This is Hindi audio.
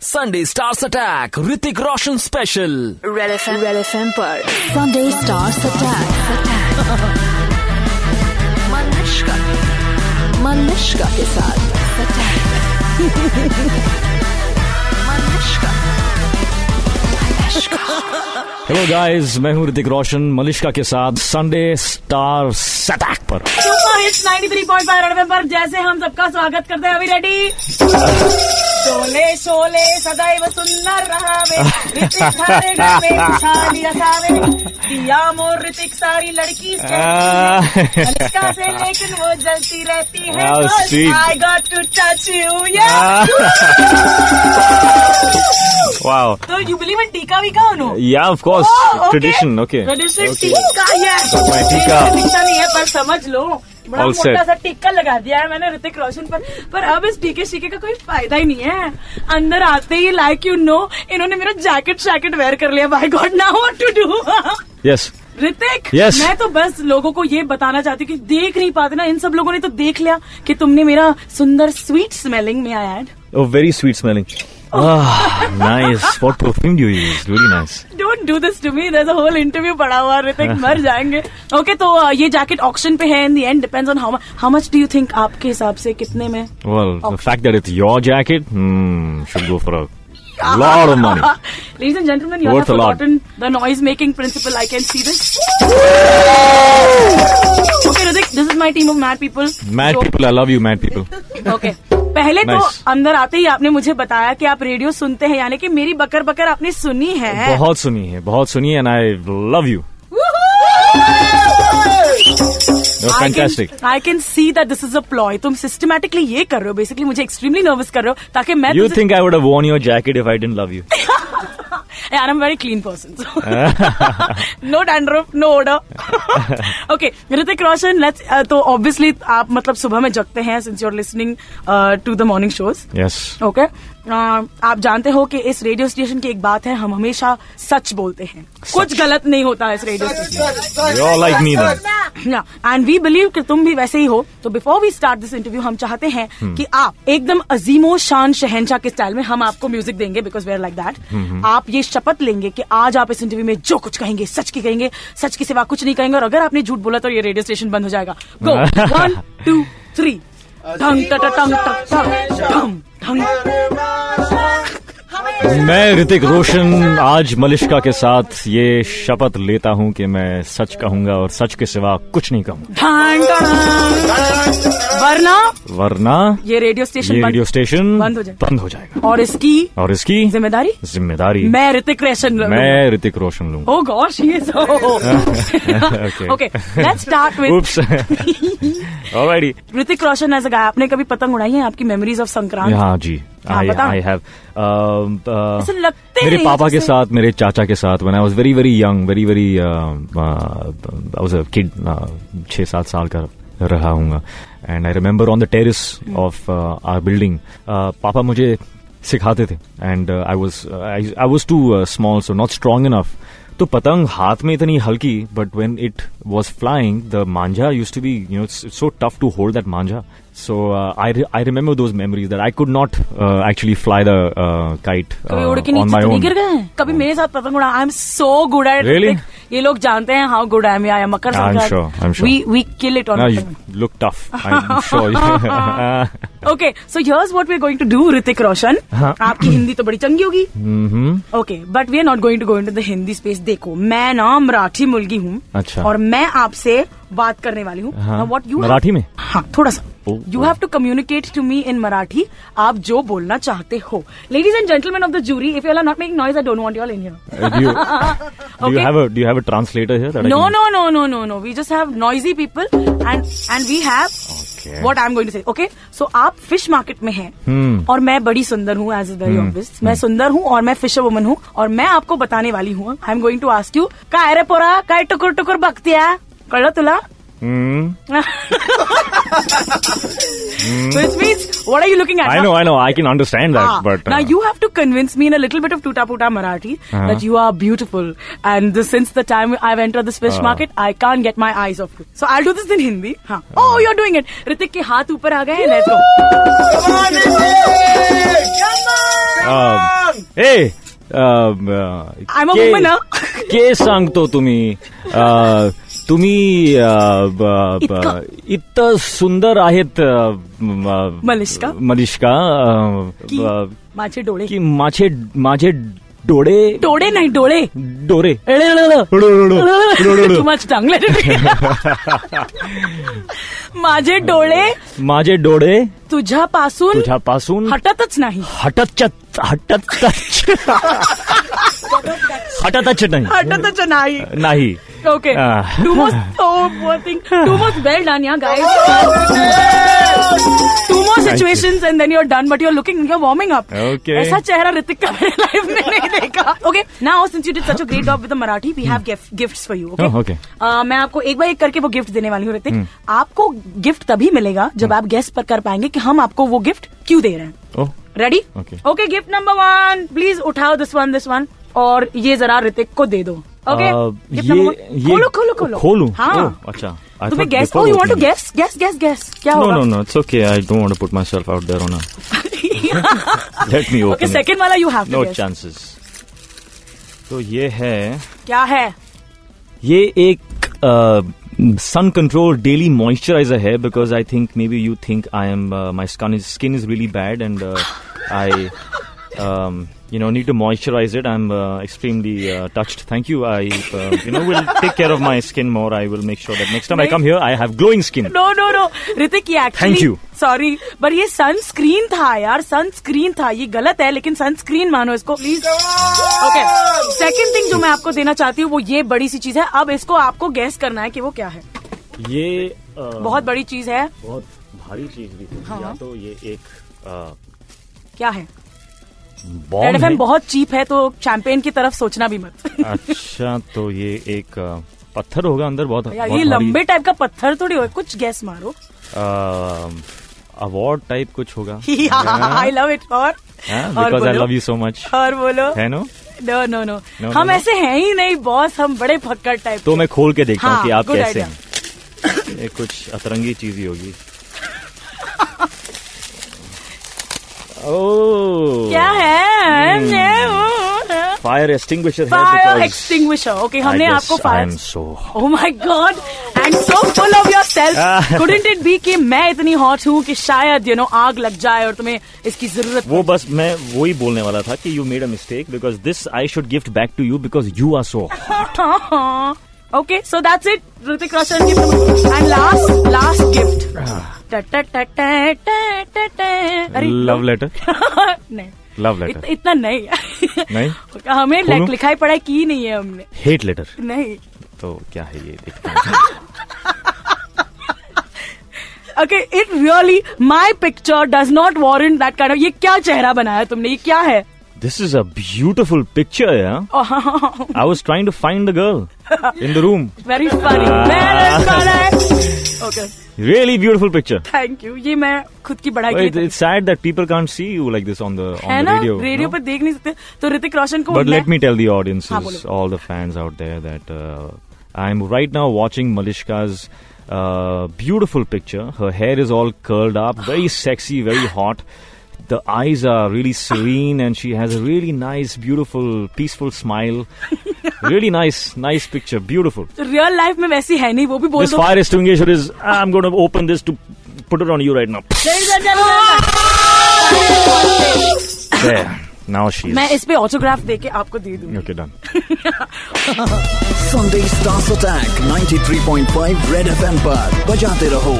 Sunday stars attack Hrithik Roshan special red F red F M पर Sunday stars attack Manushka Manushka के साथ मनुष्का हेलो गाइस मैं हूं ऋतिक रोशन मलिश्का के साथ संडे स्टार सटैक पर सुपर हिट्स 93.5 रेड एफएम पर जैसे हम सबका स्वागत करते हैं अभी रेडी शोले शोले सदैव सुंदर रहावे ऋतिक धारेगा में खुशहाली हसावे दिया मोर ऋतिक सारी लड़की से हाँ। लड़का से लेकिन वो जलती रहती है How sweet. हाँ। I got to touch you yeah wow तो यू बिलीव इन टीका वीका हो नो या of course tradition okay tradition Oh, tika yes मैं टीका। टीका नहीं है पर समझ लो बड़ा All मोटा set. सा टिक्का लगा दिया है मैंने ऋतिक रोशन पर पर अब इस टीके शीके का कोई फायदा ही नहीं है अंदर आते ही लाइक यू नो इन्होंने मेरा जैकेट शैकेट वेयर कर लिया by God now what to do yes Hrithik Yes. मैं तो बस लोगों को ये बताना चाहती हूँ कि देख नहीं पाते ना इन सब लोगों ने तो देख लिया कि तुमने मेरा सुंदर स्वीट स्मेलिंग में I add oh very sweet smelling Ah, nice what perfume do you use really nice don't do this to me there's a whole interview पड़ा हुआ है, ऋतिक मर जाएंगे ओके तो अ, ये जैकेट ऑक्शन पे है in the end depends on how how much do you think आपके हिसाब से कितने में well the fact that it's your jacket should go for a lot of money ladies and gentleman you have Worth a lot. forgotten the noise making principle i can see this okay Hrithik this is my team of mad people mad So- people I love you mad people okay पहले तो Nice. अंदर आते ही आपने मुझे बताया कि आप रेडियो सुनते हैं यानी कि मेरी बकर बकर आपने सुनी है बहुत सुनी है बहुत सुनी and I love you fantastic I can see that this is a ploy तुम सिस्टमैटिकली ये कर रहे हो बेसिकली मुझे एक्सट्रीमली नर्वस कर रहे हो ताकि मैं you think I would have worn your jacket if i didn't love you I am very clean person no dandruff no odour okay Hrithik Roshan let's तो ऑब्वियसली आप मतलब सुबह में जगते हैं since you are listening to the morning shows yes okay Uh, आप जानते हो कि इस रेडियो स्टेशन की एक बात है हम हमेशा सच बोलते हैं कुछ गलत नहीं होता है इस radio station You're like me then. And we believe कि तुम भी वैसे ही हो तो before we start this interview हम चाहते हैं हम्म। कि आप एकदम अजीमो शान शहनशाह के स्टाइल में हम आपको म्यूजिक देंगे because we are like hmm, that आप ये शपथ लेंगे कि आज आप इस इंटरव्यू में जो कुछ कहेंगे सच की कहेंगे सच के सिवा कुछ नहीं कहेंगे और अगर आपने झूठ बोला तो ये रेडियो स्टेशन बंद हो जाएगा गो वन टू थ्री ढंग टट टंग टट टंग ढम ढंग मैं ऋतिक रोशन आज मलिश्का के साथ ये शपथ लेता हूँ कि मैं सच कहूंगा और सच के सिवा कुछ नहीं कहूंगा ढंग वरना वरना ये रेडियो स्टेशन ये बंद- रेडियो स्टेशन बंद हो जाएगा। बंद हो जाएगा और इसकी और इसकी जिम्मेदारी जिम्मेदारी मैं ऋतिक रोशन मैं ऋतिक रोशन लूंगा Oh gosh, he is. Oh. Okay. okay, let's start with Oops. Alrighty. Ritik Roshan as a guy. आपने कभी पतंग उड़ाई है आपकी मेमोरीज ऑफ संक्रांत हाँ जी हाँ, आई बताओ। आई हैव uh, ऐसे लगते मेरे नहीं पापा के जैसे- साथ मेरे चाचा के साथ मैंने I was very very young very very I was kid छः uh, सात साल का रहा हूँ and I remember on the terrace of our building uh, पापा मुझे सिखाते थे uh, and I was I was too small so not strong enough तो पतंग हाथ में इतनी हल्की but when it was flying the manjha used to be you know so tough to hold that Manjha uh, so I I remember those memories that I could not actually fly the kite कभी उड़ के Uh, on नीचे my तो नहीं own. गिर गए कभी मेरे साथ पतंग उड़ा I am so good at Really? ये लोग जानते हैं how good I am I Makar I'm sure, I'm Sankrant sure. We we kill it No, on you look tough. I'm sure. you- okay so here's what we are going to do Hrithik Roshan आपकी हिंदी तो बड़ी चंगी होगी Mm-hmm. Okay but we are not going to go into the Hindi space देखो मैं ना मराठी मुलगी हूँ अच्छा। और मैं आपसे बात करने वाली Uh-huh. हूँ व्हाट यू मराठी में हाँ थोड़ा सा Oh. You have to communicate to me in Marathi आप जो बोलना चाहते हो ladies and gentleman of the jury if you are not making noise I don't want you all in here Uh, do you, do you Okay. have a do you have a translator here? That I no can- no no no no no we just have noisy people and and we Okay. Have what I am going to say okay so आप फिश मार्केट में हैं Hmm. और मैं बड़ी सुंदर हूँ एज इज वेरी ऑब्वियस मैं सुंदर हूँ और मैं फिशर वुमन हूँ और मैं आपको बताने वाली हूँ I am going to ask you काय रे पोरा काय टुकुर टुकुर बघत्या कळलं तुला Mm-hmm. Hmm. Which means, what are you looking at? I Now- know, I know. I can understand that, Ah, but uh, now Uh-huh. you have to convince me in a little bit of tuta puta Marathi that you are beautiful. And the, since the time I've entered this fish Ah. market, I can't get my eyes off you. So I'll do this in Hindi. Huh. Oh, Uh. you're doing it. Ritik ke haath upar aa gaye hai. Let's go. um, hey, um, uh, I'm a के- woman, huh? के सांगतो तुम्ही अ, तुम्ही अ, ब- ब- इतकं- इतकं सुंदर आहेत अ, म- अ, मलिष्का? मलिष्का अ, की ब- माझे डोळे की माझे माझे डोळे डोळे नाही डोळे डोरे Too much tongue. Let it be. माझे डोळे माझे डोळे तुझ्यापासून तुझ्यापासून हटतच नाही हटत हटत हटतच नाही हटतच नाही नाही Okay. Ah. Two most so poor thing. Two most well done, yeah, guys. Two more situations and then you're done, but you're looking, you're warming up. Okay. ऐसा चेहरा ऋतिक का मेरे लाइफ में नहीं देखा. Okay. Now since you did such a great job with the Marathi, we have gif- gifts for you. Okay. Oh, hmm. okay. Uh, मैं आपको एक बार एक करके वो गिफ्ट देने वाली हूँ ऋतिक. आपको गिफ्ट तभी मिलेगा जब हम्म। आप गेस पर कर पाएंगे कि हम आपको वो गिफ्ट क्यों दे रहे हैं. Oh ready Okay. Okay gift number one please उठाओ दिस वन दिस वन और ये जरा ऋतिक को दे दो ओके अ, Uh, गिफ्ट ये- नंबर वन। ये- खोलो खोलो खोलो खोलूं? हाँ ओह, अच्छा. I तुम्हें thought guess before oh you want to opening. Guess guess guess guess क्या No, होगा no, no. It's okay. I don't want to put myself out there on a. Let me open okay it. Second वाला you have No two guess chances. तो ये है क्या है ये एक सन कंट्रोल डेली मॉइस्चराइजर है because I think maybe you think I am my skin is skin is really bad and I uh, um, you know need to moisturize it i'm uh, extremely uh, touched thank you i uh, you know will take care of my skin more i will make sure that next time i come here i have glowing skin no no no Hrithik ये एक्चुअली Thank you. सॉरी पर ये सनस्क्रीन था यार सनस्क्रीन था ये गलत है लेकिन सनस्क्रीन मानो इसको प्लीज ओके सेकंड थिंग जो मैं आपको देना चाहती हूँ वो ये बड़ी सी चीज है अब इसको आपको गैस करना है कि वो क्या है ये uh, बहुत बड़ी चीज है बहुत भारी चीज भी थी हाँ। या तो ये एक uh, क्या है रेड एफ बहुत चीप है तो चैंपेन की तरफ सोचना भी मत अच्छा तो ये एक अ, पत्थर होगा अंदर बहुत यार बहुत ये भारी। लंबे टाइप का पत्थर थोड़ी हो कुछ गैस मारो अ, अवार्ड टाइप Um, कुछ होगा आई लव इट और और बिकॉज आई बोलो। लव यू सो मच और बोलो है no no no no No, हम no, no. ऐसे हैं ही नहीं बॉस हम बड़े फक्कड़ टाइप तो मैं खोल के देखता हाँ, हूँ कि आप good कैसे idea. हैं ये कुछ अतरंगी चीज ही होगी ओ क्या Hmm। है fire extinguisher fire extinguisher okay हमने आपको Oh I am fire so oh my God and so full of your Ah. Self couldn't it be कि मैं इतनी हॉट हूँ कि शायद यू नो आग लग जाए और तुम्हें इसकी जरूरत वो बस मैं वही बोलने वाला था कि you made a mistake because this I should gift back to you because you are so Okay, so that's it. Ritik Roshan gift. And last, last gift. Ah. Ta ta ta ta ta ta ta. अरे लव लेटर नहीं लव इत, लेटर इतना नहीं नहीं हमें खोलूं? लाइक लिखाई पढ़ाई की नहीं है हमने हेट लेटर नहीं तो क्या है ये देखते हैं okay it really my picture does not warrant that kind of ये क्या चेहरा बनाया तुमने ये क्या है this is a beautiful picture I was trying to find the girl in the room very funny Ah. Okay really beautiful picture thank you ये मैं खुद की पढ़ाई के लिए it's sad that people can't see you like this on the है ऑन द ना रेडियो रेडियो पर देख नहीं सकते तो ऋतिक रोशन को But मैं- let me tell the हाँ, audiences, बोलो। all the fans out there, that uh, I'm right now watching Malishka's uh, beautiful picture. Her hair is all curled up, very sexy, very hot. The eyes are really serene, and she has a really nice, beautiful, peaceful smile. really nice, nice picture. Beautiful. Real life तो में वैसी है नहीं वो भी बोल This दो fire extinguisher is. I'm going to open this to put it on you right now. Ladies and gentlemen, there. Now she's. मैं इस पे ऑटोग्राफ दे के आपको दे दूंगी Okay, done. Sunday Stars Attack 93.5 Red FM पर बजाते रहो